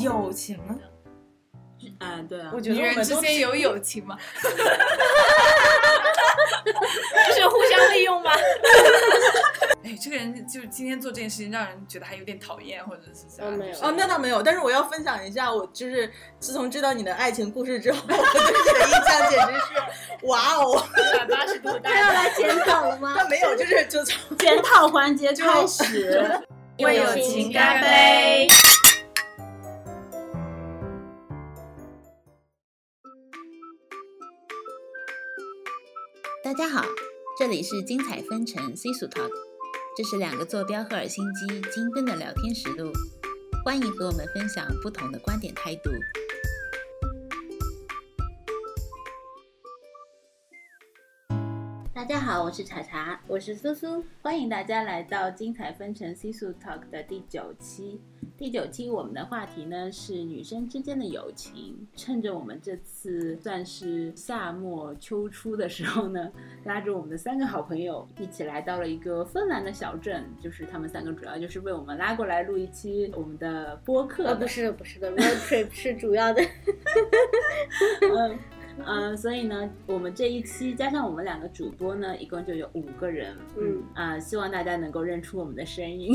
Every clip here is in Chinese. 友情啊呢？哎，对啊 我，觉得女我们人都之间有友情 吗？就是互相利用吗？ 哎，这个人就是今天做这件事情，让人觉得还有点讨厌，或者是啥？哦没有就是哦，那倒没有，但是我要分享一下，我就是自从知道你的爱情故事之后，我 对你的印象简直是，哇哦！一百八十度大他要来检讨了吗？那没有，就是就从 检讨环节 开始，为友情干杯！大家好，这里是精彩纷呈 C 数 Talk，这是两个坐标赫尔辛基精分的聊天实录，欢迎和我们分享不同的观点态度。大家好，我是茶茶，我是苏苏，欢迎大家来到精彩纷呈 C 数 Talk 的第九期。第九期我们的话题呢是女生之间的友情。趁着我们这次算是夏末秋初的时候呢， 拉着我们的三个好朋友一起来到了一个芬兰的小镇，就是他们三个主要就是为我们拉过来录一期我们的播客啊的。呃，不是不是的，road trip 是主要的。嗯，呃，所以呢，我们这一期加上我们两个主播呢，一共就有五个人。嗯啊、希望大家能够认出我们的声音。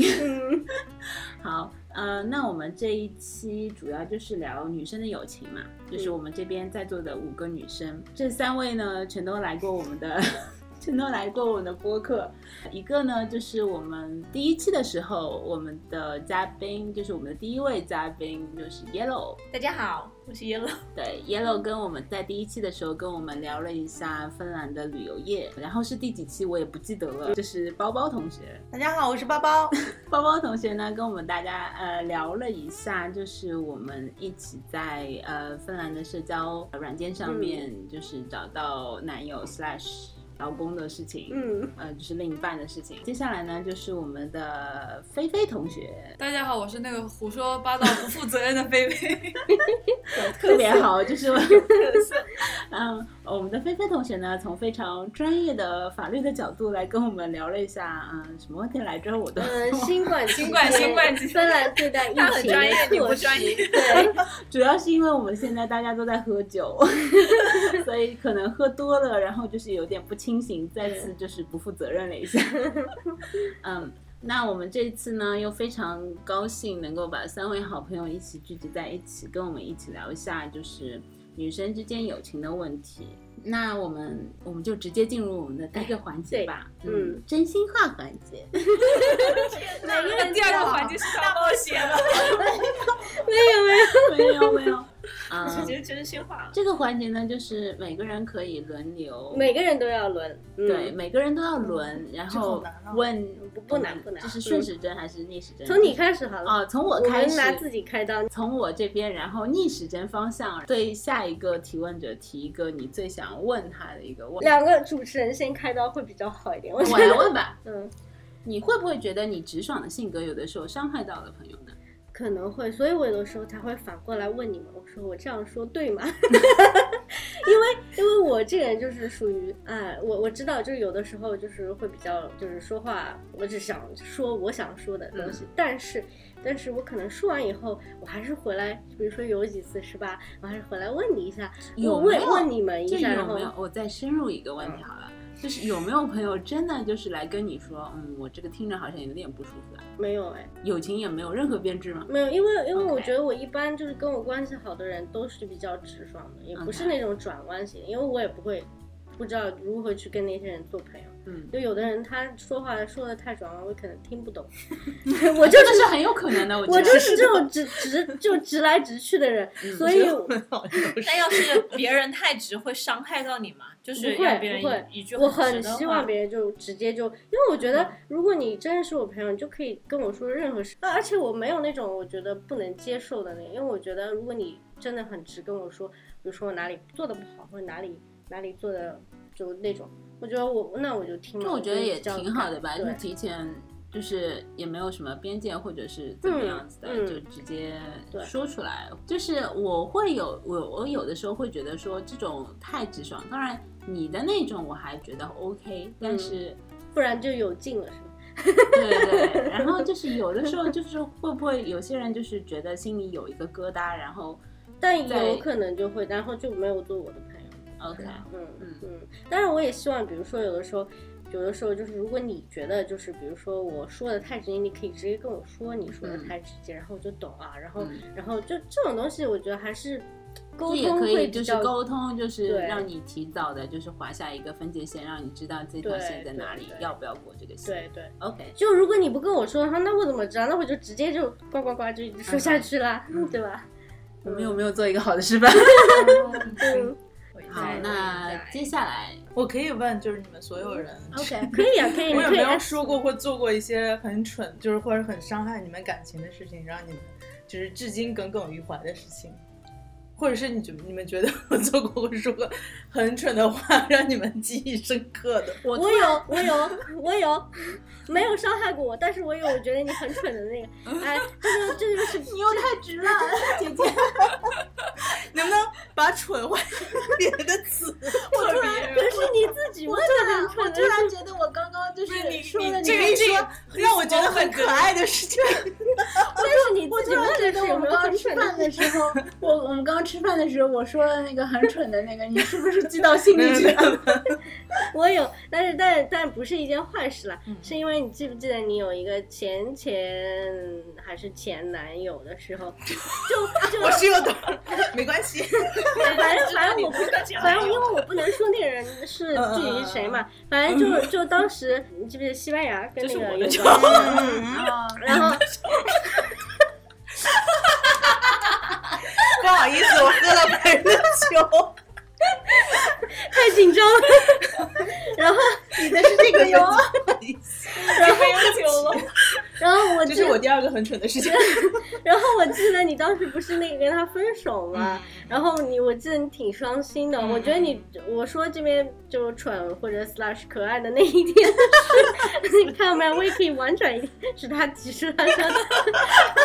好，呃，那我们这一期主要就是聊女生的友情嘛，就是我们这边在座的五个女生，这三位呢全都来过我们的。 全都来过我们的播客，一个呢就是我们第一期的时候，我们的嘉宾就是我们的第一位嘉宾就是 Yellow，大家好，我是 Yellow。对，Yellow 跟我们在第一期的时候跟我们聊了一下芬兰的旅游业，然后是第几期我也不记得了，就是包包同学，大家好，我是包包，包包同学呢跟我们大家呃聊了一下，就是我们一起在呃芬兰的社交软件上面，就是找到男友 slash 老公的事情， 嗯，呃就是另一半的事情。接下来呢就是我们的菲菲同学，大家好，我是那个胡说八道、不负责任的菲 菲。 特别好，就是，嗯，我们的菲菲同学呢，从非常专业的法律的角度来跟我们聊了一下，嗯，什么问题来着？我都呃嗯，新冠新冠新冠疾病芬兰对待疫 他很专业，你不专业。主要是因为我们现在大家都在喝酒， 所以可能喝多了，然后就是有点不清醒，再次就是不负责任了一下。 嗯，那我们这次呢又非常高兴能够把三位好朋友一起聚集在一起，跟我们一起聊一下就是女生之间友情的问题。那我们我们就直接进入我们的第一个环节吧，嗯，真心话环节。那第二个啊环节是大冒险了， 没有没 有，啊、嗯直接真心话了。这个环节呢，就是每个人可以轮流，每个人都要轮，嗯对，，每个人都要轮，然这好后难啊问不不难不难嗯就是顺时针还是逆时针？从你开始好了，哦啊，从我我开们始，拿自己开刀，从我这边，然后逆时针方向对下一个提问者提一个你最想问他的一个问，两个主持人先开刀会比较好一点，我觉我来得， 问吧。嗯，你会不会觉得你直爽的性格有的时候伤害到了朋友呢？可能会，所以我有的时候才会反过来问你们，我说我这样说对吗？ 因为因为我这个人就是属于，哎，我我知道，就是有的时候就是会比较，就是说话，我只想说我想说的东西，嗯但是但是我可能说完以后，我还是回来，比如说有几次是吧，我还是回来问你一下，有我没问有问你们一这下，有然后嗯没有？我再深入一个问题好了， 就是有没有朋友真的就是来跟你说，嗯，我这个听着好像有点不舒服啊？没有哎。友情也没有任何变质吗？没有，因为因为我 OK 觉得我一般就是跟我关系好的人都是比较直爽的，也不是 OK 那种转弯型，因为我也不会不知道如何去跟那些人做朋友。嗯，就有的人他说话说的太转弯，我可能听不懂。我就真的是是很有可能的。我我觉就得是这种直直就直来直去的人，嗯所以那要是别人太直，会伤害到你吗？就是不会让别人不会一一句我很直很的话希望别人就直接就，因为我觉嗯得如果你真的是我朋友，你就可以跟我说任何事，而且我没有那种我觉得不能接受的那，因为我觉得如果你真的很直跟我说，比如说我哪里做的不好，或者哪里哪里做的就那种，我觉得我嗯那我就听了，就我觉得也比较挺好的吧，对就提前就是也没有什么边界或者是怎么样子的，嗯嗯就直接对说出来。就是我会有我我有的时候会觉得说这种太直嗯爽，当然你的那种我还觉得 OK，但是不然就有劲了，是吧？对对，然后就是有的时候就是会不会有些人就是觉得心里有一个疙瘩，然后但在有可能就会，然后就没有做我的朋友。 OK，嗯嗯嗯，当然我也希望，比如说有的时候，有的时候就是如果你觉得就是比如说我说的太直接，你可以直接跟我说你说的嗯太直接，然后我就懂啊，然后、嗯然后就这种东西，我觉得还是沟这也通可会以比就是较沟通，就是对让你提早的就是划下一个分界线，让你知道这条对线在对哪里对，要不要过这个线。对对。 OK，就如果你不跟我说的话，那我怎么知道？那我就直接就呱呱呱就一直说下去啦，对吧？我 们有没有做一个好的示范？ 嗯好，那接下 来我可以问，就是你们所有人， ，OK，可以啊，可以，我你有可没以有按说过或做过一些很蠢，就是或者很伤害你们感情的事情，让你们就是至今耿耿于怀的事情，或者是你觉你们觉得我做过或说过很蠢的话，让你们记忆深刻的？我有，我有，我有，没有伤害过我，但是我有，我觉得你很蠢的那个，哎，这个这个是你又太直 了，姐姐，能不能把蠢换成别的词？ 我突然不是你自己问的，我蠢突的然觉得我刚刚就不是是你说你的，这可个以这说个让我觉得很可爱的事情，但是你我突自己然问觉的得是有我没们有刚很吃蠢饭的的时 候，我我们刚吃饭的时候，我说的那个很蠢的那个，你是不是记 到心里去了？我有，但是但但不是一件坏事啦，是因为你记不记得你有一个前前还是前男友的时候，就就我是有的，没关系。反正反正我不不反正因为我不能说那个人是具体是谁嘛，反正就是就当时你记不记得西班牙跟那这是个我 的有关系的，嗯啊，然后不好意思，我喝了别人的 酒。太紧张了，然后你的是这个 哟，没 有酒了，然后我 这记是得我第二个很蠢的事情。然后我记得你当时不是那个跟他分手嘛，然后你我记得你挺伤心的，我觉得你我说这边就蠢或者 slash 可爱的那一天是， 你看到没有？我也可以婉转一点，是他提示他说的。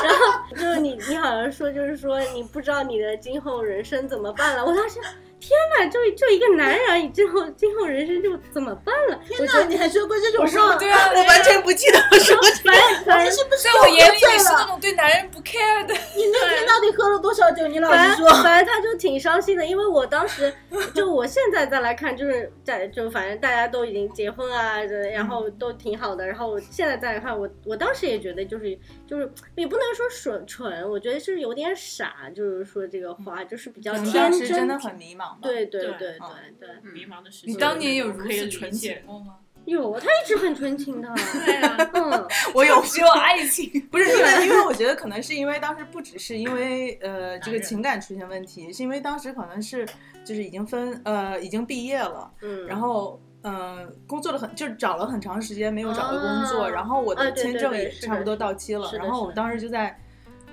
然后就是你你好像说就是说你不知道你的今后人生怎么办了，我当时。天哪，就就一个男人而已，今后今后人生就怎么办了？我觉 得你还说过这我种说话？对啊，我完全不记得我说这个。反正是不是在我眼里醉也是那了？种对男人不 care 的。你那天到底喝了多少酒？你 老反实正说。反正他就挺伤心的，因为我当时就我现在再来看，就是在就反正大家都已经结婚啊，然后都挺好的，然后我现在再来看，我我当时也觉得就是就是也不能说蠢蠢，我觉得是有点傻，就是说这个话就是嗯比较天真，很迷茫。对对对对对嗯对，迷茫的时期，你当年有如可以此理纯解嗯情。过吗？有他一直很 纯情的，对啊， 嗯，我有只有爱情，不是因为，因 为我觉得可能是因为当时不只是因为呃这个人情感出现问题，是因为当时可能是就是已经分呃已经毕业了，嗯然后。嗯，工作了很，就是找了很长时间没有找到工作，啊然后我啊的对对签证对也是的差不多到期了，是的然后是我的当时就在，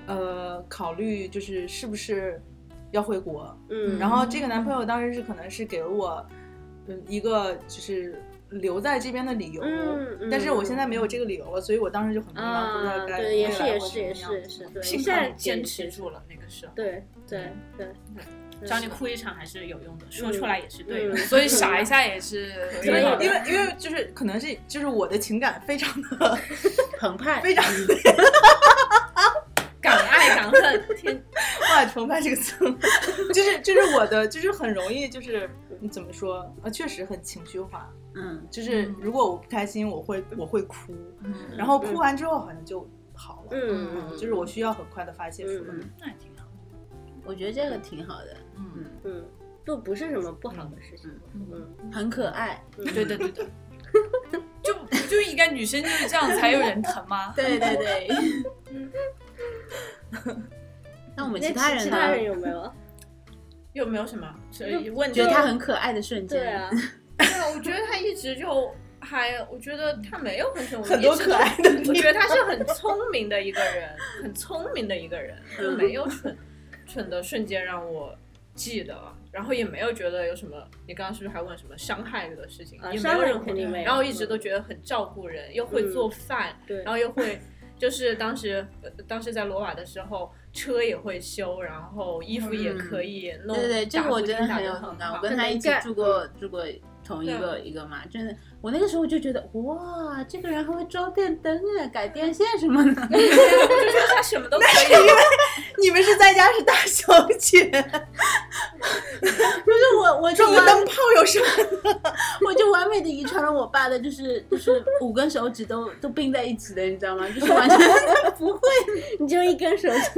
呃，考虑就是是不是要回国，嗯，然后这个男朋友当时是可能是给了我，嗯，一个就是留在这边的理由，嗯嗯但是我现在没有这个理由了，所以我当时就很迷茫，不知啊道该对也是未来也会是也怎么是样也是，对，幸现在好坚持也是住了那个时候。对对对，只要你哭一场还是有用的，说出来也是对的。嗯所以傻一下也是可以因对为的因为因为就是可能是就是我的情感非常的澎湃非常敢爱 敢恨，天，哇澎湃这个词， 就是就是我的就是很容易就是怎么说呃确实很情绪化，嗯，就是嗯如果我不开心我会我会哭，嗯然后哭完之后好像就好了，嗯，就是我需要很快的发泄出来。嗯那也挺好。我觉得这个挺好的，嗯，嗯，就不是什么不好的事情，嗯很可爱。对对对对，就不就应该女生就是这样才有人疼吗？对对对。 那我们其他人其呢他？人有没有？有没有什么所以问觉得他很可爱的瞬间，对啊，对啊，我觉得他一直就还，我觉得他没有很蠢，我很多一直可爱的我觉得他是很聪明的一个人，很 聪明的一个人，就没有蠢蠢的瞬间让我记得，然后也没有觉得有什么，你刚刚是不是还问什么伤害的事情，啊也没有任伤害何肯定没有然后一直都觉得很照顾人，又嗯会做饭，对然后又会。就是当时，呃当时在罗瓦的时候，车也会修，然后衣服也可以嗯弄。对对对，这打个我补觉丁得打很有很 同感。好我跟他一起住过住过同一个一个嘛，真的，我那个时候就觉得哇，这个人还会装电灯啊，改电线什么 的。就是他什么都可 以， 你们是在家是大小 姐，啊不是我，我就装个完，灯泡有什么？我就完美的遗传了我爸的，就是就是五根手指都都并在一起的，你知道吗？就是完全不会。你就一根手指，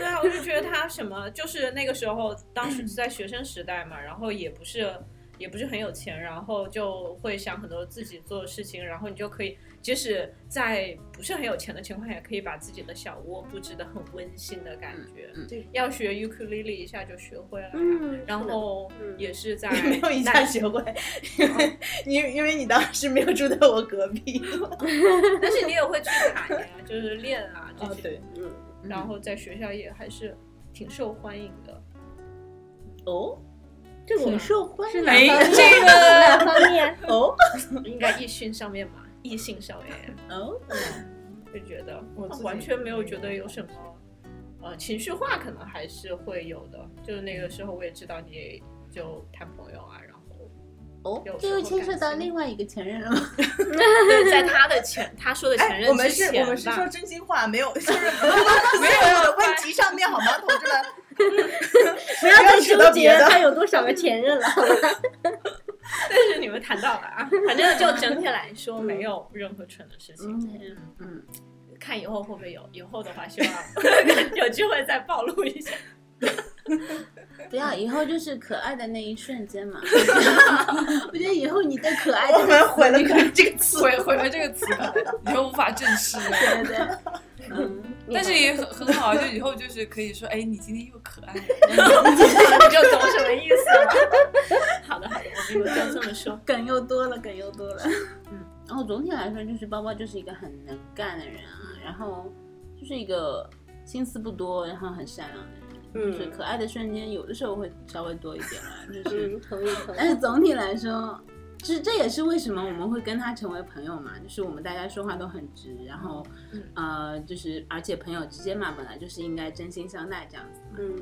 对啊，我就觉得他什么，就是那个时候，当时在学生时代嘛，然后也不是也不是很有钱，然后就会想很多自己做的事情，然后你就可以，即使在不是很有钱的情况下，也可以把自己的小窝布置的很温馨的感觉。嗯嗯要学 ukulele 一下就学会了， 嗯然是的后嗯也是在 没有一下南学会，因为你因为你当时没有住在我隔 壁。哦但是你 也会去弹呀，就是练啊这哦，些，对，嗯，然后在学校也还是挺受欢迎的。哦这个我挺受欢是迎的，哪哎方面？哪这方面？哦应该异性上面嘛，异性上 面嗯哦，就觉得我自己完全没有觉得有什么，呃，情绪化可能还是会有的。就是那个时候我也知道你就谈朋友啊，然 后哦有，这时候又牵涉感到情另外一个前任了吗？对在他的前他说的前哎，任我们之是前吧，我们是说真心话，没有 就是没有的问题上面好吗，同志们？不要再扯到纠别结的他有多少个前任了，好吧？ 但是你们谈到了啊，反正就整体来说没有嗯任何蠢的事情。嗯嗯，看以后会不会有，以后的话希望 有机会再暴露一下。不要，以后就是可爱的那一瞬间 嘛。我觉得以后你对可爱哎我的们毁了“可爱”这个词。 毁毁了这个词可能以后无法正视了。 对对，嗯，但是也很很好啊，就以后就是可以说，哎，你今天又可爱 了。啊你就懂什么意思了。 好的好的，我们以后就这么说。梗又多了，梗又多了。嗯，然后总体来说，就是包包就是一个很能干的人啊，然后就是一个心思不多，然后很善良的人。就是嗯可爱的瞬间，有的时候会稍微多一点啦，就是嗯，同意 同但意是。总体来说，就是这也是为什么我们会跟他成为朋友嘛，就是我们大家说话都很直，然后、嗯呃，就是而且朋友之间嘛，本来就是应该真心相待这样子嘛。嗯，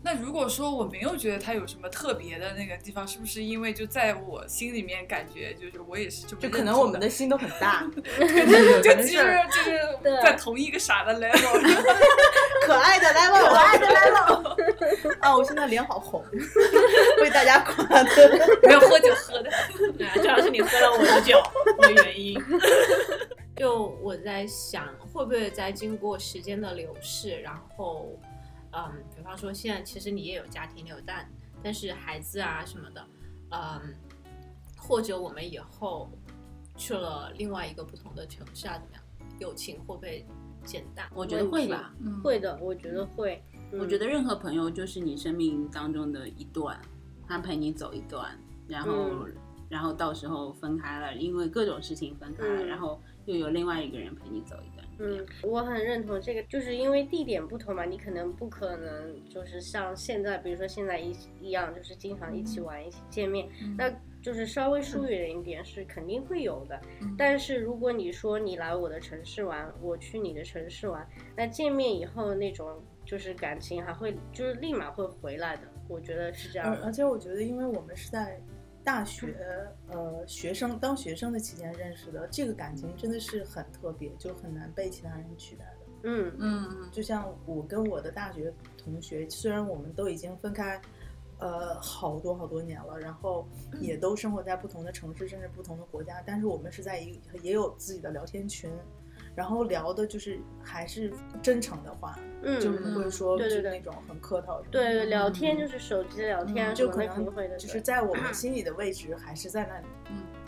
那如果说我没有觉得他有什么特别的那个地方，是不是因为就在我心里面感觉就是我也是这么就认可同能我们 的心都很大，就就其实就是对啊在同一个傻的 level，可爱 的 level，可爱的 level。啊， 我现在脸好红， 为大家夸的。 没有喝酒喝的。对啊，主要是你喝了我的酒的原因。 就我在想，会不会在经过时间的流逝，然后，嗯，比方说现在其实你也有家庭，你有但但是孩子啊什么的，嗯，或者我们以后去了另外一个不同的城市啊，怎么样，友情会不会减淡？我觉得会吧，嗯会的，我觉得会。嗯我觉得任何朋友就是你生命当中的一段，他陪你走一段，然后、嗯然后到时候分开了，因为各种事情分开了，嗯然后又有另外一个人陪你走一段。嗯，我很认同这个，就是因为地点不同嘛，你可能不可能就是像现在，比如说现在一一样，就是经常一起玩、一起见面，嗯嗯那就是稍微疏远一点是肯定会有的。嗯但是如果你说你来我的城市玩，我去你的城市玩，那见面以后那种就是感情还会就是立马会回来的，我觉得是这样而的。且我觉得，因为我们是在大学呃学生当学生的期间认识的，这个感情真的是很特别，就很难被其他人取代的。嗯嗯，就像我跟我的大学同学，虽然我们都已经分开，呃，好多好多年了，然后嗯也都生活在不同的城市，甚至不同的国家，但是我们是在一个也有自己的聊天群，然后聊的就是还是真诚的话，嗯，就不会说对就对是对那种很客套什么的。对对，聊天就是手机聊天啊嗯什就么可的，肯定会能的，就是对在我们心里的位置还是在那里。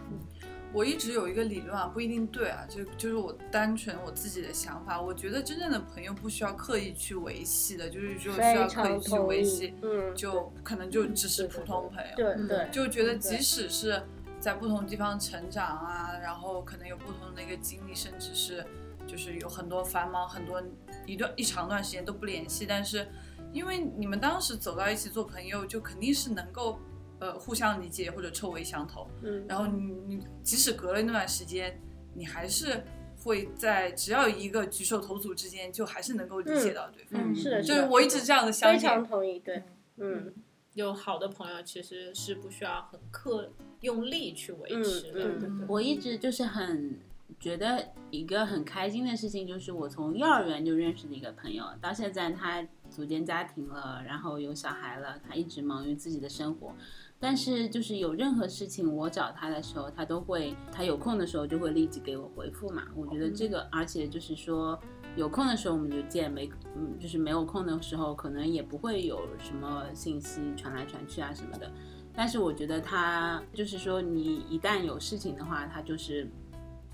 我一直有一个理论啊，不一定对啊，就就是我单纯我自己的想法，我觉得真正的朋友不需要刻意去维系的，就是说需要非刻意常去同维意系，。嗯，就可能就只是对对普通朋友。对嗯对就觉得嗯对即使是在不同地方成长啊，然后可能有不同的一个经历，甚至是就是有很多繁忙，很多一段一长段时间都不联系，但是因为你们当时走到一起做朋友，就肯定是能够呃互相理解或者臭味相投。嗯，然后你你即使隔了那段时间，你还是会在只要一个举手投足之间，就还是能够理解到对方。嗯是的，就是是的我一直这样的想非点常同意，对，嗯，有好的朋友其实是不需要很刻用力去维持的。嗯嗯对我一直就是很觉得一个很开心的事情，就是我从幼儿园就认识的一个朋友，到现在他组建家庭了，然后有小孩了，他一直忙于自己的生活。但是就是有任何事情我找他的时候，他都会，他有空的时候就会立即给我回复嘛。我觉得这个，而且就是说有空的时候我们就见，没嗯就是没有空的时候，可能也不会有什么信息传来传去啊什么的。但是我觉得他就是说，你一旦有事情的话，他就是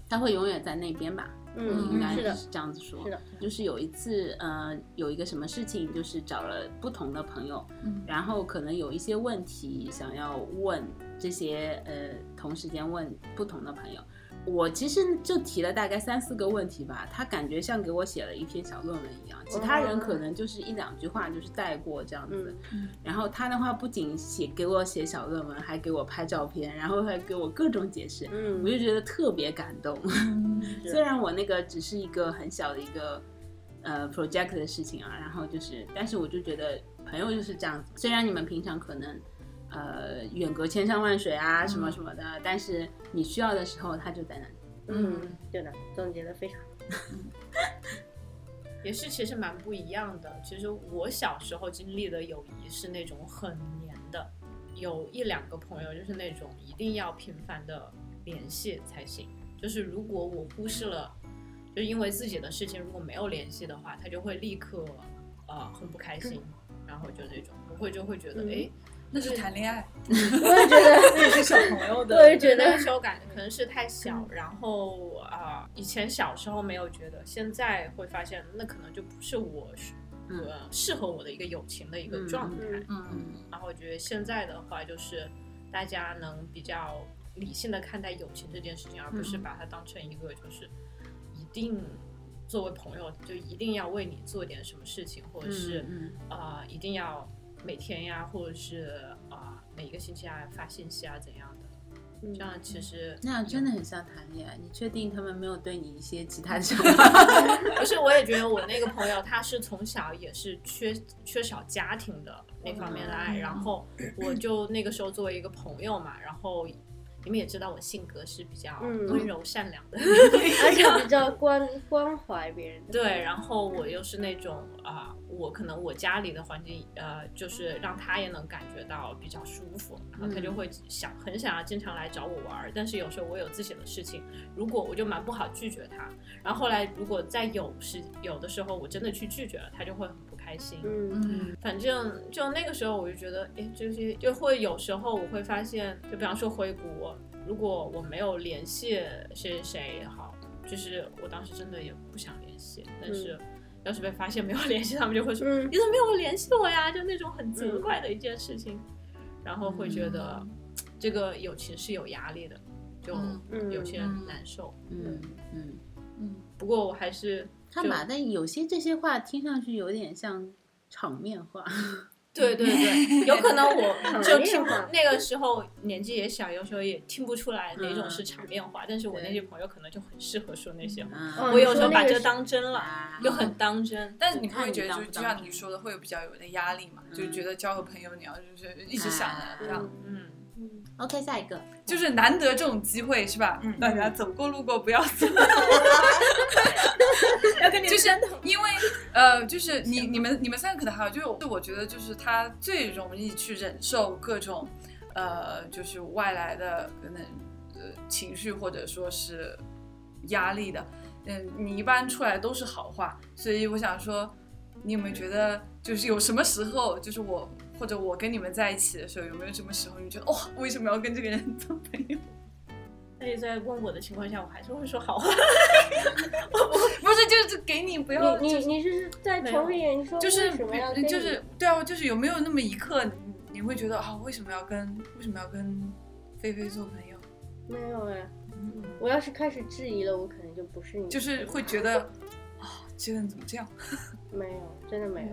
他会永远在那边吧，应嗯，该是的，是这样子说。是的，就是有一次，呃，有一个什么事情，就是找了不同的朋友，嗯然后可能有一些问题想要问这些呃，同时间问不同的朋友。我其实就提了大概三四个问题吧，他感觉像给我写了一篇小论文一样，其他人可能就是一两句话就是带过这样子。哦嗯，然后他的话不仅写给我写小论文，还给我拍照片，然后还给我各种解释，嗯我就觉得特别感动。 是虽然我那个只是一个很小的一个呃 project 的事情啊，然后就是，但是我就觉得朋友就是这样子。虽然你们平常可能呃远隔千山万水啊什么什么的，但是你需要的时候他就在那里。嗯，对的，总结的非常好。也是其实蛮不一样的。其实我小时候经历的友谊是那种很黏的，有一两个朋友就是那种一定要频繁的联系才行。就是如果我忽视了，就是因为自己的事情如果没有联系的话，他就会立刻呃很不开心，然后就那种不会就会觉得嗯诶，那是谈恋爱，我也觉得，那也是小朋友我的，也 觉那得嗯个，时候感可能是太小，然后啊、以前小时候没有觉得，现在会发现那可能就不是我适嗯呃适合我的一个友情的一个嗯状态。嗯嗯，然后我觉得现在的话，就是大家能比较理性的看待友情这件事情，而不是嗯把它当成一个就是一定作为朋友就一定要为你做点什么事情，或者是、嗯啊，一定要每天呀，或者是啊、每一个星期啊发信息啊怎样的，嗯这样其实 那样真的很像谈恋爱。你确定他们没有对你一些其他的想法？不是，我也觉得我那个朋友他是从小也是缺缺少家庭的那方面的爱，然后我就那个时候作为一个朋友嘛，然后你们也知道我性格是比较嗯温柔善良的，而且比较关关怀别人的。对，然后我又是那种啊、我可能我家里的环境呃，就是让他也能感觉到比较舒服，然后他就会想很想要经常来找我玩儿，但是有时候我有自己的事情，如果我就蛮不好拒绝他，然后后来如果在有时有的时候我真的去拒绝了，他就会很不开心，嗯反正就那个时候，我就觉得，哎，这些就会有时候我会发现，就比方说回国，如果我没有联系谁谁谁也好，就是我当时真的也不想联系，但是要是被发现没有 联系，他们就会说、嗯你怎么没有联系我呀？就那种很责怪的一件事情，然后会觉得、这个友情是有压力的，就嗯有些人难受。嗯嗯，不过我还是看吧，但有些这些话听上去有点像场面 话。对对对，有可能我就场面听不话那个时候年纪也小，有时候也听不出来哪种是场面话，但是我那些朋友可能就很适合说那些话。嗯，哦我有时候你说那把个这是当真了，啊又很当真。但是你不看会你觉得当就不就当像你说的会有比较有点压力嘛？就嗯觉得交个朋友你要就是一直想着哎这样，嗯， OK，下一个。就是难得这种机会是吧？嗯大家走过路过不要走，要跟你就是因为呃，就是你你们你们三个可能还有就是我我觉得就是他最容易去忍受各种呃，就是外来的可能呃情绪或者说是压力的。嗯，你一般出来都是好话，所以我想说，你有没有觉得就是有什么时候，就是我或者我跟你们在一起的时候，有没有什么时候你觉得哇、为什么要跟这个人做朋友？ 那你在问我的情况下，我还是会说好话。不是，就是给你不要，你就你是你是在重复一遍，你说就是为什么要比跟你就是对啊，就是有没有那么一刻，你你会觉得啊，为什么要跟为什么要跟菲菲做朋友？没有哎。我要是开始质疑了，我可能就不是你。就是会觉得啊，这个人怎么这样？没有，真的没有。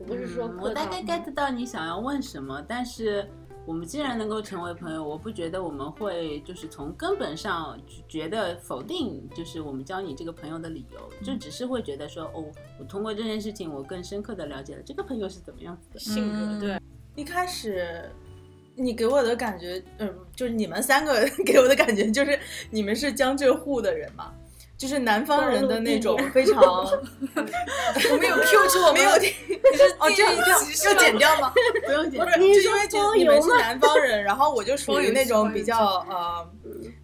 我不是说嗯客我大套概 get 到你想要问什么，但是我们既然能够成为朋友，我不觉得我们会就是从根本上觉得否定，就是我们交你这个朋友的理由，嗯就只是会觉嗯得说，哦，我通过这件事情，我更深刻的了解了这个朋友是怎么样子的。性格对，一开始你给我的感觉，嗯、就是你们三个 给我的感觉就是你们是江浙沪的人嘛，就是南方人的那种暴露非常，我们有 Q 出我们没有你是哦，这样这样要剪掉吗？不用解不释。是，就你是因为觉得说你们油是吗南方人，然后我就属于那种比较说呃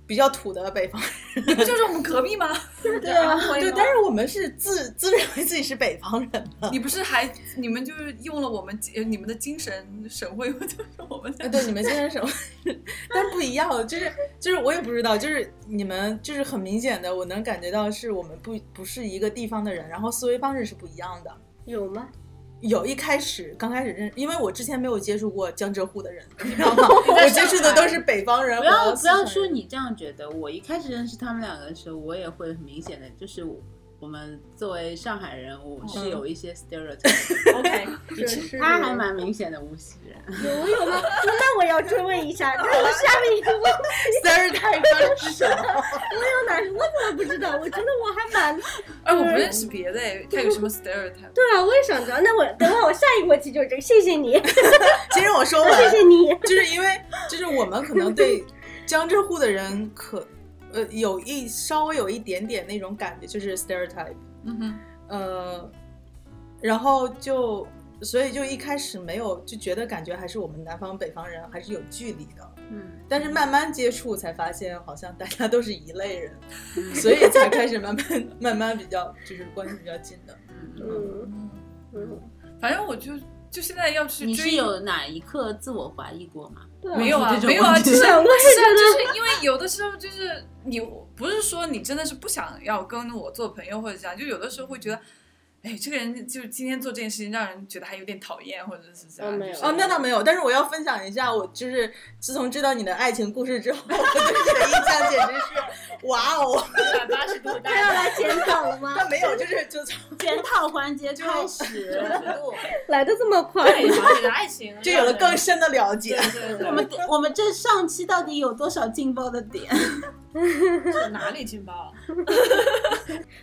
比较土的北方人，你不嗯就是我们隔壁吗？对啊，对，但是我们是自自认为自己是北方人的，你不是还你们就是用了我们呃你们的精神省会， 就是我们啊的对，你们现在什么？ 但不一样，就是就是我也不知道，就是你们就是很明显的，我能感觉到是我们不不是一个地方的人，然后思维方式是不一样的。有 吗？有一开始刚开始认，因为我之前没有接触过江浙沪的人，你知道 吗？我接触的都是北方人不和四川要人。不要说你这样觉得。我一开始认识他们两个的时候，我也会很明显的，就是我我们作为上海人，我是有一 些 stereotype，、 OK，是是他还蛮明显的无锡人。有我有吗？那我要追问一下，那我下面一个问 题 stereotype 是什 么？ 我有哪？我怎么不知道？我觉得我还蛮……哎，我不认识别的哎，他有什么 stereotype？对啊，我也想知道。那我等会儿我下一个问题就是这个，谢谢你，其实我说啊完，谢谢你。就是因为就是我们可能对江浙沪的人可呃有一稍微有一点点那种感觉，就是 stereotype， 嗯哼，呃，然后就所以就一开始没有就觉得感觉还是我们南方北方人还是有距离的，嗯，但是慢慢接触才发现好像大家都是一类人， 所以才开始慢慢慢慢比较就是关系比较近的。嗯嗯，嗯，反正我就就现在要去你是追有哪一刻自我怀疑过 吗？对啊没有啊这，种没有啊，问就题是是对 啊，我也就是因为有的时候就是你不是说你真的是不想要跟我做朋友或者这样，就有的时候会觉得，哎，这个人就今天做这件事情让人觉得还有点讨厌或者是这哦样。没有就是哦，那倒没有，但是我要分享一下，我就是自从知道你的爱情故事之后，我对你的印象简直是，哇哦！一百八十度大他要来检讨了 吗？但没有，就是就从检讨环节开始，来的这么快对，你的爱情 就有了更深的了 解对。对对，我们 我们这上期到底有多少劲爆的点？ 是哪里劲爆？啊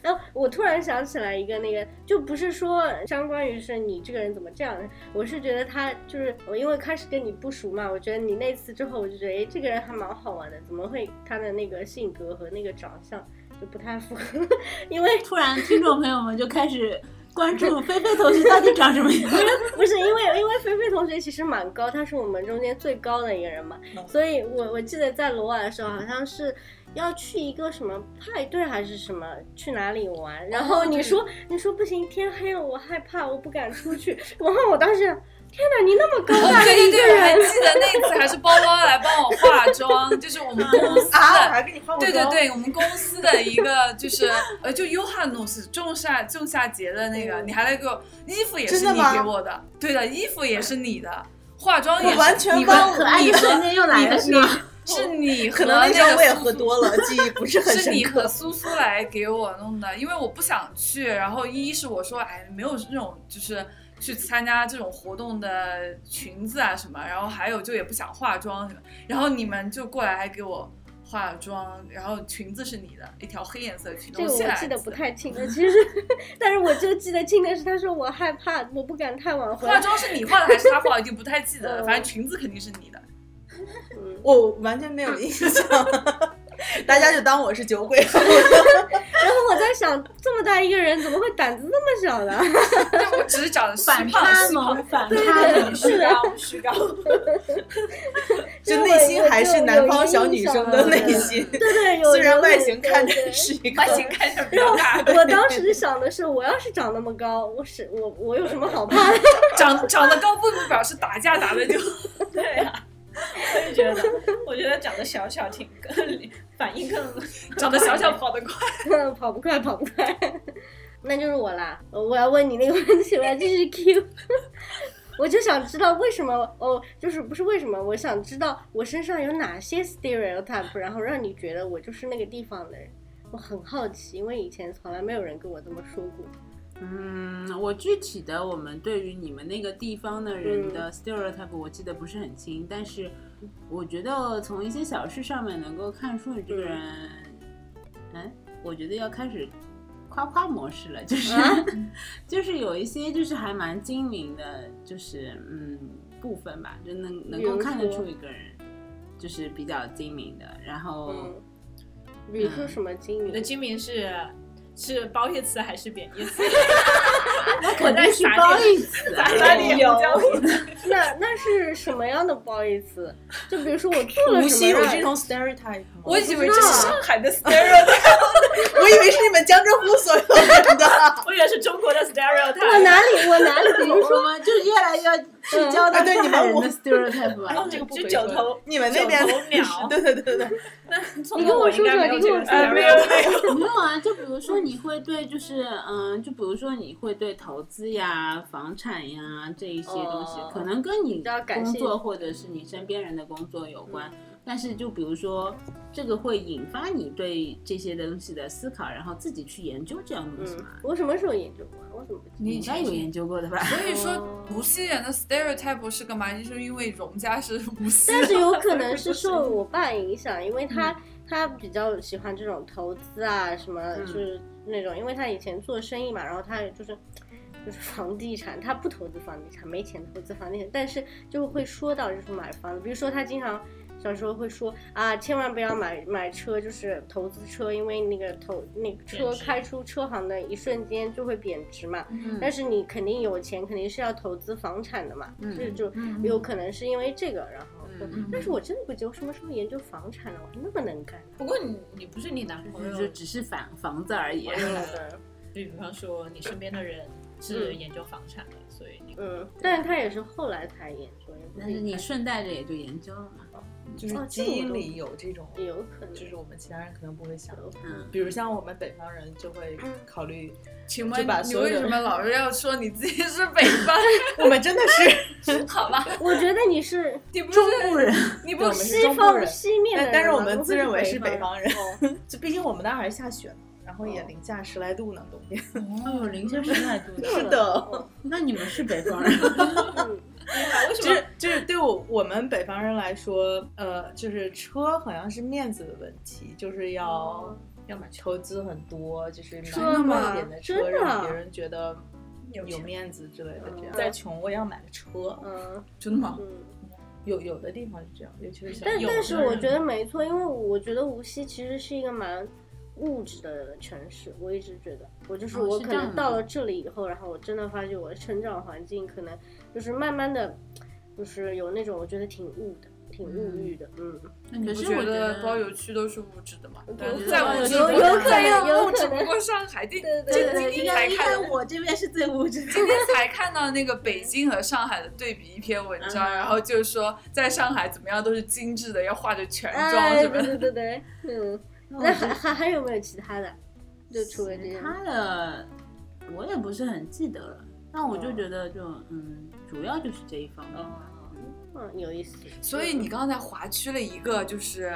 然后我突然想起来一个那个，就不是说张关于是你这个人怎么这样，我是觉得他就是我因为开始跟你不熟嘛，我觉得你那次之后，我就觉得哎，这个人还蛮好玩的，怎么会他的那个性格和那个长相就不太符合？ 因为突然，听众朋友们就开始关 注菲菲同学到底长什么 样。 不是因为因为菲菲同学其实蛮高，她是我们中间最高的一个人嘛，嗯所以我我记得在罗瓦的时候好像是。要去一个什么派对还是什么？去哪里玩？然哦后你说、你说不行，天黑了，我害怕，我不敢出去。然后我当时，天哪，你那么高哦大的对对一个对，我还人，记得那次还是包包来帮我化妆，就是我们公司啊，我的。还给你画过对对妆，对，我们公 司的一个就是呃，就尤汉努斯仲夏仲夏节的那个，嗯你还来给我衣服也是哦真的你吗给我的，对的，衣服也是你的，化妆也我是完全你忘了们可爱你的瞬和间又来了，是吗？是你和可能那时个候我也苏喝多了，记忆不 是很 是深你和刻。苏苏来给我弄的，因为我不想去。然后一是我说，哎，没有那种就是去参加这种活动的裙子啊什么，然后还有就也不想化妆，然后你们就过来还给我化妆，然后裙子是你的一条黑颜色的裙子，这个现我在记得不太清了。其实， 但是我就记得清的是，他说我害怕，我不敢太晚回化来。妆是你化的还是他化的，已经不太记得了，嗯反正裙子肯定是你的。嗯，我完全没有印象， 大家就当我是酒 鬼。然后我在想，这么大一个人，怎么会胆子这么小呢？ 但我只是长得虚反胖，差虚胖萌，反差萌。虚高虚高，就内心还是南方小女生的内心，对对，有虽然有外有形看对对着是一个外形看着比较大，我当时想的是，我要是长那么高，我是我我有什么好怕的？长长得高不表示打架打的就对啊，我也觉得，我觉得长得小小挺更反应更长得小小跑得快。 跑不快，跑不快。那就是我啦，我要问你那个问题了，这是 Q。我就想知道为什么哦，就是不是为什么？我想知道我身上有哪些 stereotype，然后让你觉得我就是那个地方的人。我很好奇，因为以前从来没有人跟我这么说过。嗯，我具体的我们对于你们那个地方的人嗯的 stereotype 我记得不是很清，但是我觉得从一些小事上面能够看出你这个人，哎，我觉得要开始夸夸模式了，就是、就是有一些就是还蛮精明的，就是嗯，部分吧，就能能比够如看得说出一个人就是比较精明的，然后、嗯，比如嗯说什么精你的明，精明是是褒义词还是贬义 词？那我肯在定是撒褒点义词啊，撒点 有胡椒粉那那是什么样的不好意思？就比如说我做 了无锡什有么这让，种 stereotype 吗？我以为不这知道是上海的 stereotype，我以为是你们江浙沪所有人 的。我以为是中国的 我 stereotype。哪里我哪 里，比 如我说们就越来越聚焦到哎对上你海们人我的 stereotype 吧。 这个不是九头，你们那边九头鸟 对对对对，你你跟我说说，你跟我说哎没说 有。没有， 没有啊，就比如说你会对，就是嗯，就比如说你会对投资呀、房产呀这一些东西，哦可能跟你比较感工兴作趣嗯或者是你身边人的工作有关。但是就比如说，这个会引发你对这些东西的思考，然后自己去研究这样的东西嗯嘛。，我什么时候研究过？啊我怎么不记你应该有研究过的吧？ 所以哦说无锡人的 stereotype 是干嘛？就是因为荣家是无 锡但人，是有可能是受我爸影响，因为他、他比较喜欢这种投资啊，什么嗯就是那种，因为他以前做生意嘛，然后他就是就是房地产，他不投资房地产，没钱投资房地产，但是就会说到就是买房子，比如说他经常。小时候会说啊，千万不要买买车，就是投资车，因为那个投那个车贬值开出车行的一瞬间就会贬值嘛。嗯但是你肯定有钱，肯定是要投资房产的嘛，嗯这就嗯有可能是因为这个，然后就。嗯但是我真的不记得我什么时候研究房产了，我还那么能干。 不过你你不是你男朋就友嗯是只是房房子而已。比比方说你身边的人是研究房产的，所以你嗯，但是他也是后来才研究，也不但一是你开始顺带着也就研究了嘛。哦就是基因里有这种，也有可能就是我们其他人可能不会想的。嗯，比如像我们北方人就会考虑，嗯请就问把你所有为的什么老是要说你自己是北 方？ 我们真的是，好吧，我觉得你是 你不是中部人，你对我不们是是西中国方人，西面的但人但是我嘛们不自会认为是是北方方人哦就毕竟我们那儿还是下雪呢，然后也零下十来度呢，冬天。哦，零下十 来度的。 是的，那你们是北方 人。嗯，为就什么是就是对我我们北方人来说，呃，就是车好像是面子的问题，就是要要买车？投资很多，就是买车贵嘛一点哦的真车，的让别人觉得有有钱面子之类的。这样嗯再穷我也要买个车。 嗯真的吗？嗯。有有的地方是这样，尤其是小但有但是的我人觉得没错，因为我觉得无锡其实是一个蛮物质的城市。我一直觉得，我就是哦我是可这能样到的了这里以后，然后我真的发觉我的成长环境可能就是慢慢的，就是有那种我觉得挺物的。挺物欲的，嗯，那你可不是觉觉得得包邮区都是物质的嘛？有可在能物质有国有可家能有物可质不能，过上海地。对对对对，对， 应今该天才应看该的我这边是最物质的。 今天才看到那个北京和上海的对比一篇文章，嗯然后就说在上海怎么样都是精致的，要化着全妆哎，什对么的。对对 对，嗯，那还还还有没有其他的？就除了这其些，他的我也不是很记得了，但我就觉得就嗯，主要就是这一方面吧。嗯，有意思。所以你刚才划区了一个就是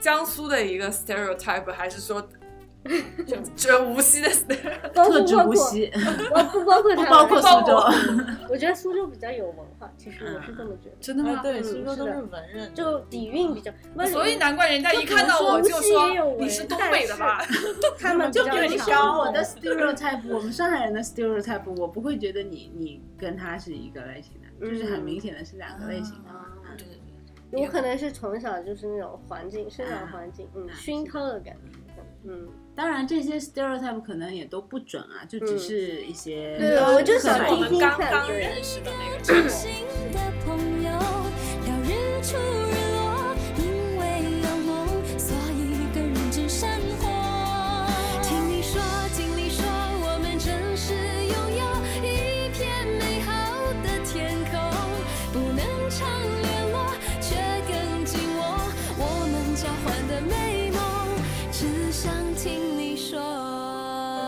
江苏的一个 stereotype，还是说 就这无锡的 stereotype？包括呃特指包无括锡，我不包 括不他，包括苏州。 我觉得苏州比较有文化，其实我是这么觉得，真的啊，吗？对，嗯苏州是都的是文人的地方，就底蕴 比较。所以难怪人家一嗯就比看如到说我无就锡也有说文你是东北的吧？他们就比较比你有高哦 我的 stereotype，我们上海人的 stereotype，我不会觉得你你跟他是一个类型的，就是很明显的是两个类型的。啊对对对我可能是从小就是那种环境，生长环境，嗯，啊熏陶的感觉，嗯，当然，这些 stereotype 可能也都不准啊，就只是一些。嗯对我就想我听们刚刚认识的那个时候。新的朋友，要日出日落，因为有梦，所以更认真生活。听你说，听你说，我们真是拥有一片美好的天空，不能常联络，却更紧握我们交换的美梦，只想听你说。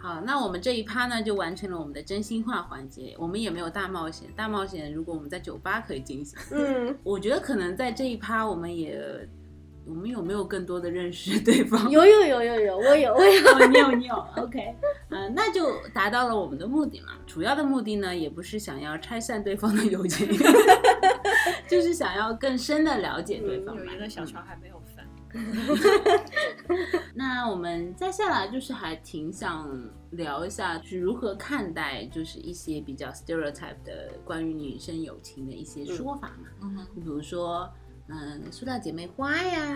好，那我们这一趴呢，就完成了我们的真心话环节。我们也没有大冒险，大冒险如果我们在酒吧可以进行，嗯，我觉得可能在这一趴我们也，我们有没有更多的认识对方？有有有有有，我有我有， 哦，你有你有，OK，嗯、那就达到了我们的目的嘛。主要的目的呢，也不是想要拆散对方的友 情，就是想要更深的了解对方嘛。嗯有一个小船还没有翻， 那我们再下来就是还挺想聊一下，就是如何看待就是一些比较 stereotype 的关于女生友情的一些说法嘛，嗯哼，比如说嗯塑料姐妹花呀，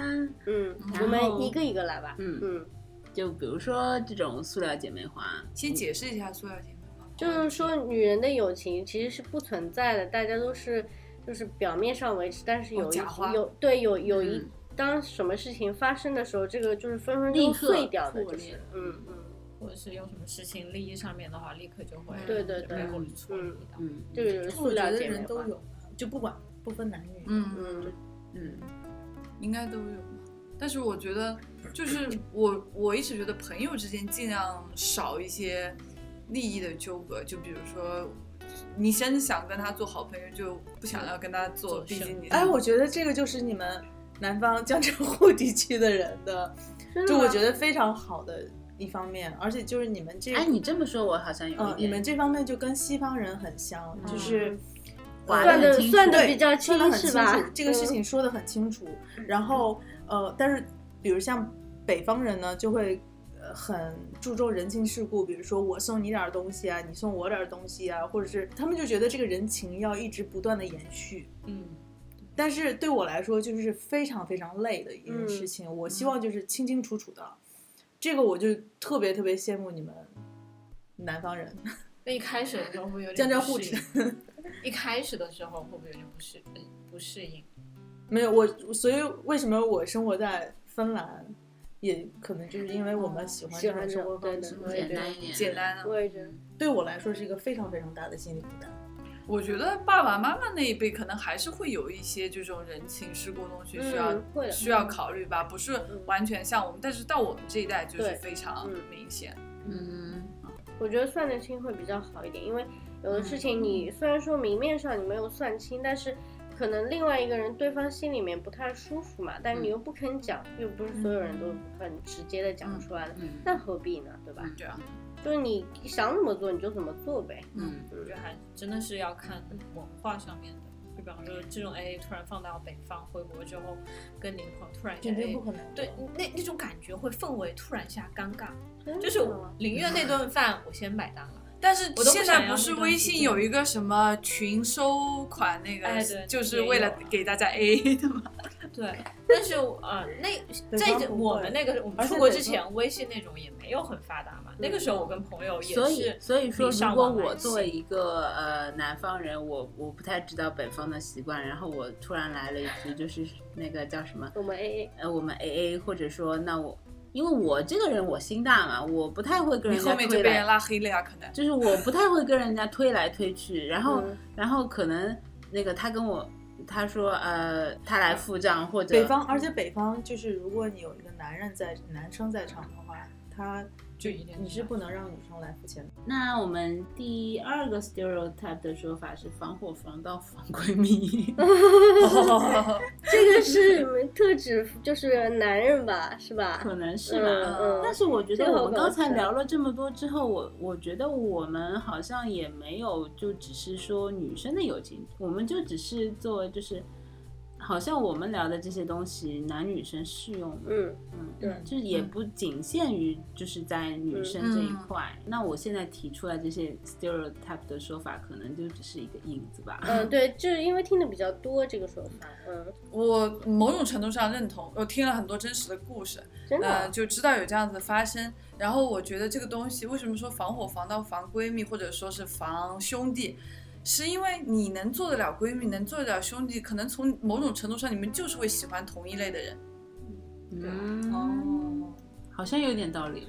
嗯然，后我们一个一个来吧。嗯嗯，就比如说这种塑料姐妹花，先解释一下塑料姐妹花，就是说女人的友情其实是不存在的，大家都是就是表面上维持，但是有哦一、假花有对有有一、嗯当什么事情发生的时候，这个就是分分立钟刻碎掉的，破就裂是嗯嗯，或者是有什么事情利益上面的话，立刻就会对对对背后处理到。嗯这个就是塑我觉料得姐妹人都花。有，就不管不分男女。嗯，嗯，嗯应该都有。但是我觉得，就是我我一直觉得朋友之间尽量少一些利益的纠葛，就比如说。你真想跟他做好朋友，就不想要跟他做，做毕生竟你意哎，我觉得这个就是你们南方江浙沪地区的人的，真的就吗我觉得非常好的一方面，而且就是你们这，哎，你这么说，我好像有一嗯，点，你们这方面就跟西方人很像，就是划算得的很清楚算的对比较说清得很是清吧楚？，这个事情说的很清楚。嗯然后呃，但是比如像北方人呢，就会。呃很注重人情世故，比如说我送你点儿东西啊，你送我点儿东西啊，或者是他们就觉得这个人情要一直不断的延续。嗯，但是对我来说，就是非常非常累的一件嗯事情。我希望就是清清楚楚的，这个我就特别特别羡慕你们南方人。 那一开始的时候会不会有江点浙不沪适应， 一开始的时候会不会有点不适呃不适应？没有我，所以为什么我生活在芬兰，也可能就是因为我们喜欢哦喜这欢种这生活种方对式的。，我也简觉单嗯得，一点，嗯简单啊。我也觉得，对我来说是一个非常非常大的心理负担。我觉得爸爸妈妈那一辈可能还是会有一些这种人情世故东西需要、嗯会的需要考虑吧，不是嗯完全像我们，但是到我们这一代就是对非常嗯明显。嗯我觉得算得清会比较好一点，因为有嗯的事情你虽然说明面上你没有算清，但是可能另外一个人对方心里面不太舒服嘛，嗯但你又不肯讲，又不是所有人都很直接的讲出来的，嗯那何必呢？对吧？对啊，就是你想怎么做你就怎么做呗。嗯我觉得还真的是要看文化上面的。就比方说，这种 AA 突然放到北方，回国之后跟灵魂突然间绝 AA 对不可能。对，那那种感觉会氛围突然一下尴尬，真的就是吗宁愿那顿饭我先买单了。但是我都不现想在要不那是段微时信间有一个什么群收款那个，哎对就是也为有了啊给大家 AA 的嘛。对，但是呃，那北在方不会我们那个我而们且出国北之方前，微信那种也没有很发达嘛。那个时候我跟朋友也所以是，所以说，礼尚如果往来我作为型一个呃南方人，我我不太知道北方的习惯，然后我突然来了一句，就是那个叫什么，我们 A A，呃，我们 A A，或者说那我，因为我这个人我心大嘛，我不太会跟你人后家面就推被人来，拉黑了呀，可能。 就是我不太会跟人家推来推去，然后、嗯然后可能那个他跟我他说呃他来付账或者啊北方，而且北方就是，如果你有一个男人在，男生在场的话，他就一定你是是不能让女生来付钱的。那我们第二个 stereotype 的说法是防火防盗防闺蜜，这个是特指就是男人吧，是吧？可能是吧。嗯嗯，但是我觉得这个好我们刚才搞笑聊了这么多之后，我我觉得我们好像也没有就只是说女生的友情，我们就只是做就是，好像我们聊的这些东西男女生适用，嗯嗯，对就是也不仅限于就是在女生这一块。那我现在提出来这些 stereotype 的说法，可能就只是一个影子吧。嗯，对，就是因为听的比较多这个说法，嗯，我某种程度上认同，我听了很多真实的故事，真的呃，啊，就知道有这样子发生。然后我觉得这个东西为什么说防火、防盗、防闺蜜，或者说是防兄弟，是因为你能做得了闺蜜，能做得了兄弟，可能从某种程度上你们就是会喜欢同一类的人，哦嗯，好像有点道理。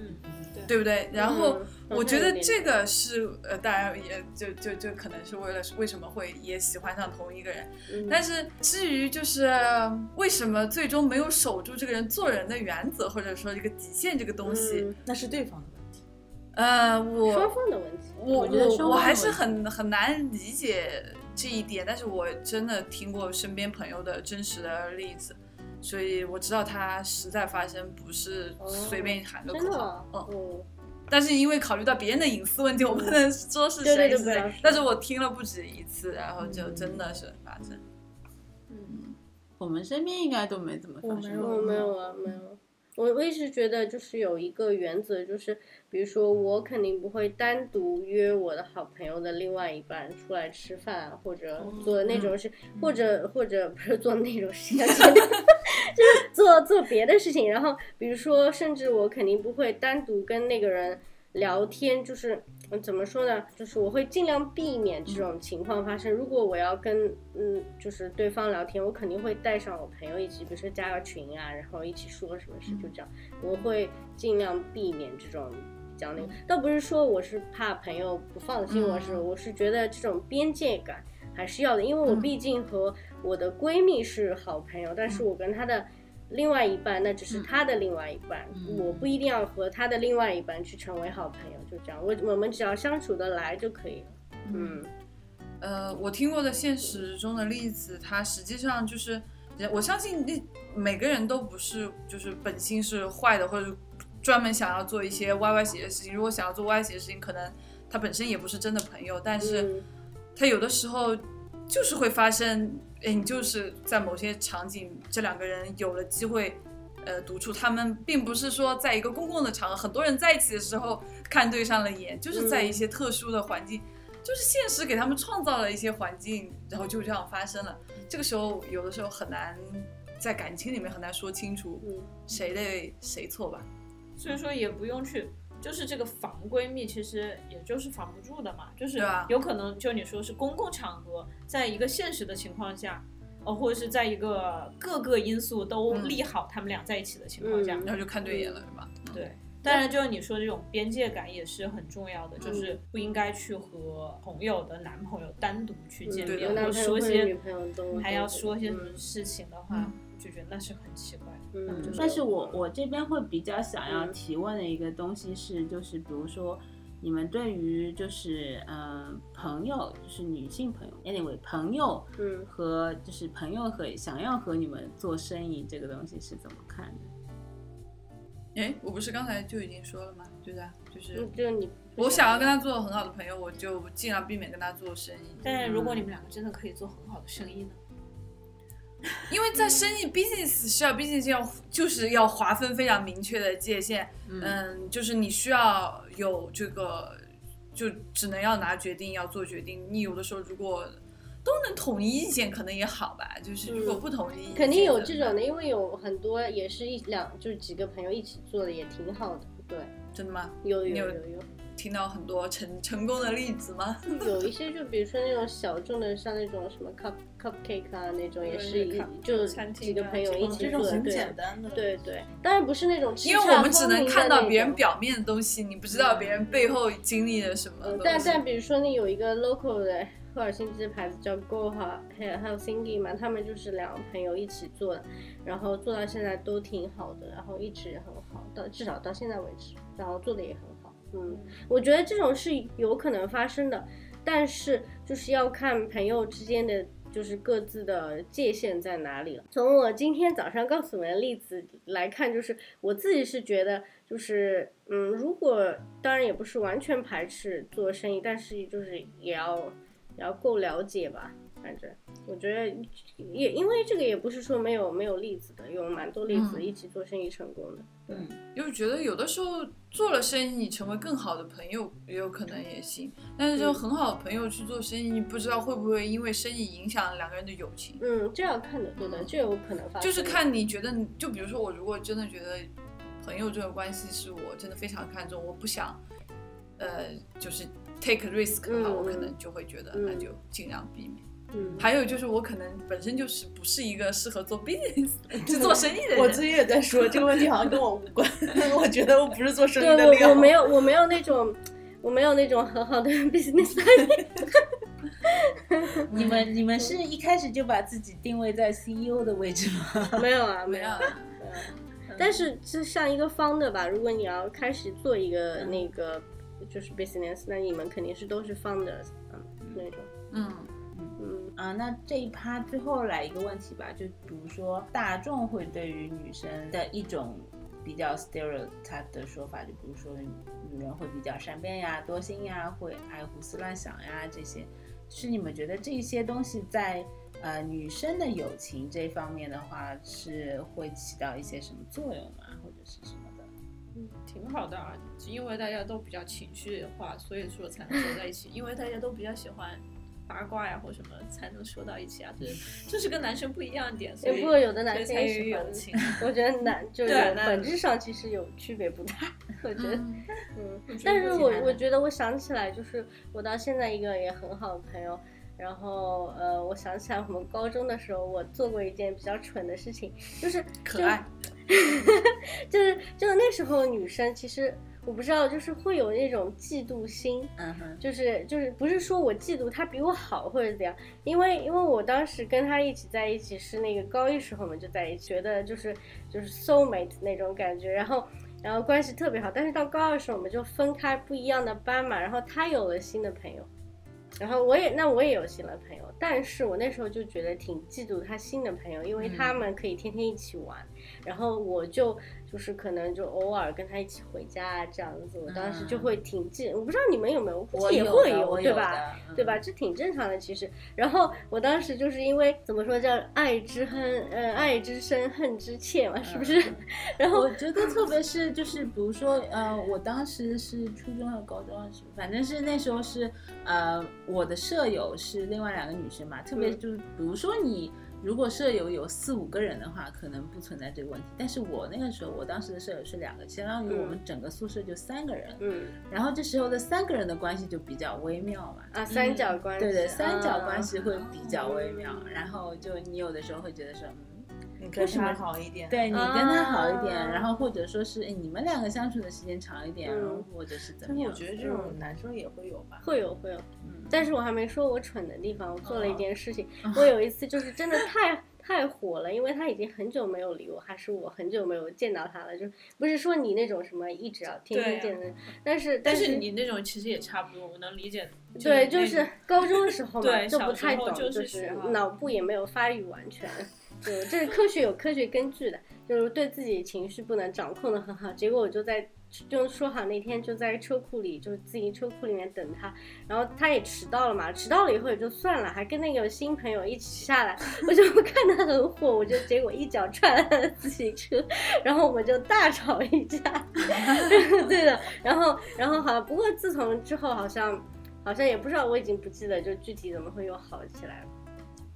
对不对？然后嗯我觉好像有得点这个是呃，大家也就就就可能是为了为什么会也喜欢上同一个人。嗯但是至于就是为什么最终没有守住这个人做人的原则，或者说这个底线这个东西，嗯那是对方的问题。呃，双我方的问题，我我觉得我双我方还有是很很难理解这一点，但是我真的听过身边朋友的真实的例子。所以我知道它实在发生，不是哦随便喊个真口的号。啊，嗯，嗯，但是因为考虑到别人的隐私问题，我不能说是对对谁对是不要谁说。嗯但是我听了不止一次，然后就真的是发生。我们身边应该都没怎么发我生没有过。我没有啊，没有。我我一直觉得就是有一个原则，就是比如说我肯定不会单独约我的好朋友的另外一半出来吃饭，或者哦做嗯那种事，或者或者不是做那种事情， 就是做做别的事情。然后比如说，甚至我肯定不会单独跟那个人聊天，就是嗯怎么说呢？就是我会尽量避免这种情况发生。如果我要跟嗯，就是对方聊天，我肯定会带上我朋友一起，比如说加个群啊，然后一起说什么事，就这样。我会尽量避免这种比较那个。倒不是说我是怕朋友不放心我，是我是觉得这种边界感还是要的，因为我毕竟和我的闺蜜是好朋友，但是我跟她的。另外一半，那只是她的另外一半，我不一定要和她的另外一半去成为好朋友，就这样，我我们只要相处得来就可以了。嗯，呃，我听过的现实中的例子，它实际上就是，人我相信那每个人都不是就是本性是坏的，或者专门想要做一些歪歪斜斜的事情。如果想要做歪斜的事情，可能他本身也不是真的朋友，但是嗯他有的时候就是会发生，哎，你就是在某些场景，这两个人有了机会。呃，独处，他们并不是说在一个公共的场合，很多人在一起的时候看对上了眼，就是在一些特殊的环境，就是现实给他们创造了一些环境，然后就这样发生了。这个时候，有的时候很难在感情里面很难说清楚嗯谁对谁错吧。所以说也不用去，就是这个防闺蜜，其实也就是防不住的嘛，就是对啊有可能就你说是公共场合，在一个现实的情况下，哦，或者是在一个各个因素都嗯利好他们俩在一起的情况下，嗯然后就看对眼了，是吧？嗯对。当然，就是你说这种边界感也是很重要的，嗯就是不应该去和朋友的男朋友单独去见对面，的有或嗯男者朋友说或者女些朋友都还要说些什么嗯事情的话，就觉得那是很奇怪的。嗯，但是我我这边会比较想要提问的一个东西是，就是比如说，你们对于就是嗯、呃朋友，就是女性朋友，anyway 朋友嗯和就是朋友和想要和你们做生意这个东西是怎么看的？哎，我不是刚才就已经说了吗？对的，就是嗯，就你我想要跟他做很好的朋友，我就尽量避免跟他做生意，但是如果你们两个真的可以做很好的生意呢？因为在生意 business 是要 business 要就是要划分非常明确的界限，嗯，就是你需要有这个，就只能要拿决定，要做决定。你有的时候如果都能统一意见，可能也好吧。就是如果不统一意见，嗯肯定有这怎么种的，因为有很多也是一两就是几个朋友一起做的，也挺好的。对，办真的吗？有你有有有 有听到很多成成功的例子吗？有一些就比如说那种小众的，像那种什么 cup cupcake 啊那种，也是一 cup- 就餐厅啊几个朋友一嗯这起种做的，很对啊简单的，对对，当然不是那种叱咤因为我们只风能云的看到那别人种表面的东西，你不知道别人背后经历了什么呃东，西。但但比如说，你有一个 local 的赫尔辛基的牌子叫 Go 哈，还有还有 Cindy 嘛，他们就是两个朋友一起做的，然后做到现在都挺好的，然后一直也很好，到至少到现在为止，然后做的也很好。嗯，我觉得这种是有可能发生的，但是就是要看朋友之间的。就是各自的界限在哪里了。从我今天早上告诉我们的例子来看，就是我自己是觉得，就是嗯，如果当然也不是完全排斥做生意，但是就是也要也要够了解吧。反正我觉得也因为这个也不是说没有没有例子的，有蛮多例子嗯一起做生意成功的。就是觉得有的时候做了生意，你成为更好的朋友也有可能也行，但是就嗯很好的朋友去做生意，你不知道会不会因为生意影响两个人的友情，嗯，这要看的，对的，嗯这有可能发生。就是看你觉得你，就比如说我如果真的觉得朋友这个关系是我真的非常看重，我不想，呃，就是 take risk 的话，嗯我可能就会觉得嗯那就尽量避免。嗯，还有就是我可能本身就是不是一个适合做 business 去做生意的人，我最近也在说这个问题，好像跟我无 关。我觉得我不是做生意的对料。我我没有我没有那种我没有那种很好的 business idea。你 们你们是一开始就把自己定位在 CEO 的位置吗？没有啊，没没有 有啊。没有啊但是就像一个方的吧，如果你要开始做一个那个就是 business，那你们肯定是都是方的，嗯，那种， 嗯。嗯 啊，那这一趴最后来一个问题吧，就比如说大众会对于女生的一种比较 stereotype 的说法，就比如说女人会比较善变呀、多心呀、会爱胡思乱想呀这些，是你们觉得这些东西在呃女生的友情这方面的话，是会起到一些什么作用吗？或者是什么的？挺好的啊，因为大家都比较情绪化，所以说才能走在一起。因为大家都比较喜欢八卦呀、或什么，才能说到一起啊。这是这是跟男生不一样的点，所也以不过有的所男以生才也有喜欢友，情。 我觉得男就是对那本质上其实有区别不大，我觉得。我嗯 觉，但得是挺我难我的觉得我想起来，就是我到现在一个也很好的朋友，然后呃，我想起来我们高中的时候，我做过一件比较蠢的事情，就是可爱，就是就是那时候女生其实我不知道，就是会有那种嫉妒心，嗯哼，就是就是不是说我嫉妒他比我好或者怎样，因为因为我当时跟他一起在一起是那个高一时候我们就在一起，觉得就是就是 soul mate 那种感觉，然后然后关系特别好，但是到高二时候我们就分开不一样的班嘛，然后他有了新的朋友，然后我也那我也有新的朋友，但是我那时候就觉得挺嫉妒他新的朋友，因为他们可以天天一起玩，然后我就就是可能就偶尔跟他一起回家啊这样子，我当时就会挺嫉，我不知道你们有没有，我估我计也有会的我对有吧？的嗯对吧？这挺正常的，其实。然后我当时就是因为怎么说叫爱之恨，呃，爱之深，恨之切嘛，是不是？然后我觉得特别是就是比如说，呃，我当时是初中还是高中，反正是那时候是，呃，我的舍友是另外两个女生嘛，特别就是比如说你。如果舍友有四五个人的话，可能不存在这个问题。但是我那个时候，我当时的舍友是两个，相当于我们整个宿舍就三个人。嗯 然后这时候的三个人的关系就比较微妙嘛。啊，三角关嗯系，对对，三角关啊。系会比较微妙，然后就你有的时候会觉得说，嗯，你跟为什么他好一点，对你跟他好一点，啊然后或者说是哎你们两个相处的时间长一点，嗯或者是怎但么是我样？觉得这种男生也会有吧。会有会有，但是我还没说我蠢的地方，我做了一件事情。嗯我有一次就是真的太太火了，因为他已经很久没有理我，还是我很久没有见到他了。就是不是说你那种什么一直要天对天啊见的，但是但是是你那种其实也差不多，我能理解。对，就那是高中的 时候嘛，对就不小时太候懂，就就是学啊脑部也没有发育完 全，就这是科学有科学根据的，就是对自己情绪不能掌控的很好。结果我就在就说好那天就在车库里，就是自己车库里面等他，然后他也迟到了嘛，迟到了以后也就算了，还跟那个新朋友一起下来，我就 看他很火，我就结果一脚踹了他的自行车，然后我们就大吵一架。 对的，然后然后好，不过自从之后好像好像也不知道，我已经不记得就具体怎么会又好起来了。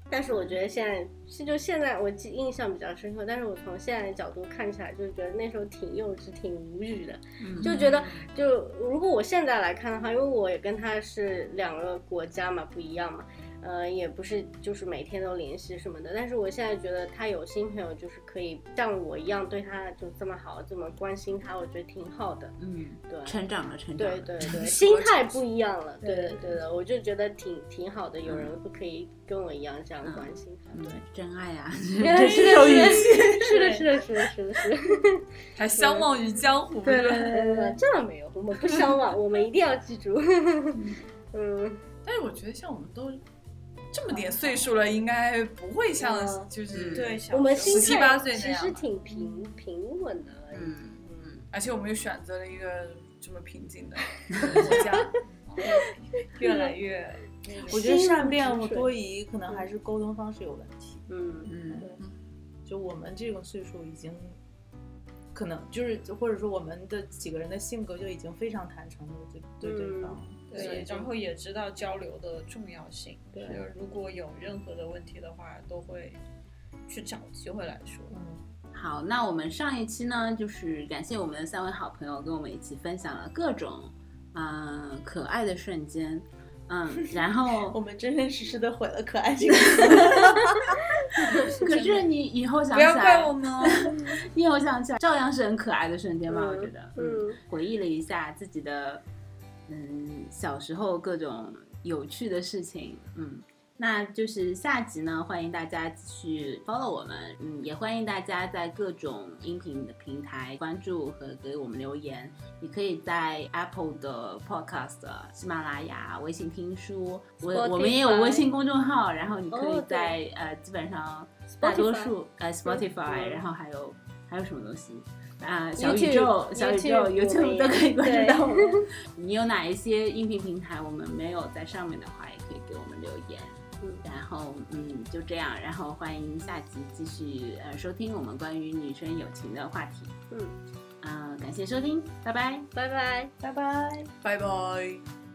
但是我觉得现在是就现在我记印象比较深刻，但是我从现在的角度看起来，就是觉得那时候挺幼稚、挺无语的，就觉得就如果我现在来看的话，因为我也跟他是两个国家嘛，不一样嘛。呃，也不是就是每天都联系什么的，但是我现在觉得他有新朋友，就是可以像我一样对他就这么好，这么关心他，我觉得挺好的。嗯，对成长了，成长对了。对 对，心态不一样了。嗯对的对的，我就觉得挺挺好的，有人会可以跟我一样这样关心他。嗯 对，真爱呀、对是有的语 是的，是的，是的，是的，是的，是的。还相忘于江湖。对是吧对对对，这倒没有，我们不相忘，我们一定要记 住。嗯，但是我觉得像我们都这么点岁数了，应该不会像嗯就是对，，我们心17态18岁那其实样吧挺平平稳的而已。嗯而且我们又选择了一个这么 平静的国家。越来越我觉得心善如变止和水多疑可能还是沟通方式有问题。嗯 嗯就我们这种岁数已经，可能就是或者说我们的几个人的性格就已经非常坦诚了，对对嗯对方。所以对，就然后也知道交流的重要性。对就是如果有任何的问题的话，都会去找机会来说。嗯，好，那我们上一期呢，就是感谢我们的三位好朋友跟我们一起分享了各种，嗯、可爱的瞬间，嗯，然后 我们真真实实的毁了可爱 这个词。可是你以后想不起要怪来 我，们哦，你以后想起来，照样是很可爱的瞬间吧？我觉得，嗯，回忆了一下自己的，嗯，小时候各种有趣的事情，嗯。那就是下集呢，欢迎大家继续 follow 我们，嗯，也欢迎大家在各种音频的平台关注和给我们留言。你可以在 Apple 的 Podcast、喜马拉雅、微信听书，我我们也有 Spotify 微信公众号，然后你可以哦对在、呃，基本上嗯大多 Spotify 数呃 Spotify，、嗯然后还有还有什么东西啊、小宇宙、小宇宙、YouTube 都可以关注到我 们。你有哪一些音频平台我们没有在上面的话，也可以给我们留言。然后嗯，就这样，然后欢迎下集继续呃收听我们关于女生友情的话题。呃嗯，啊、感谢收听，拜拜。拜拜。拜拜。拜拜。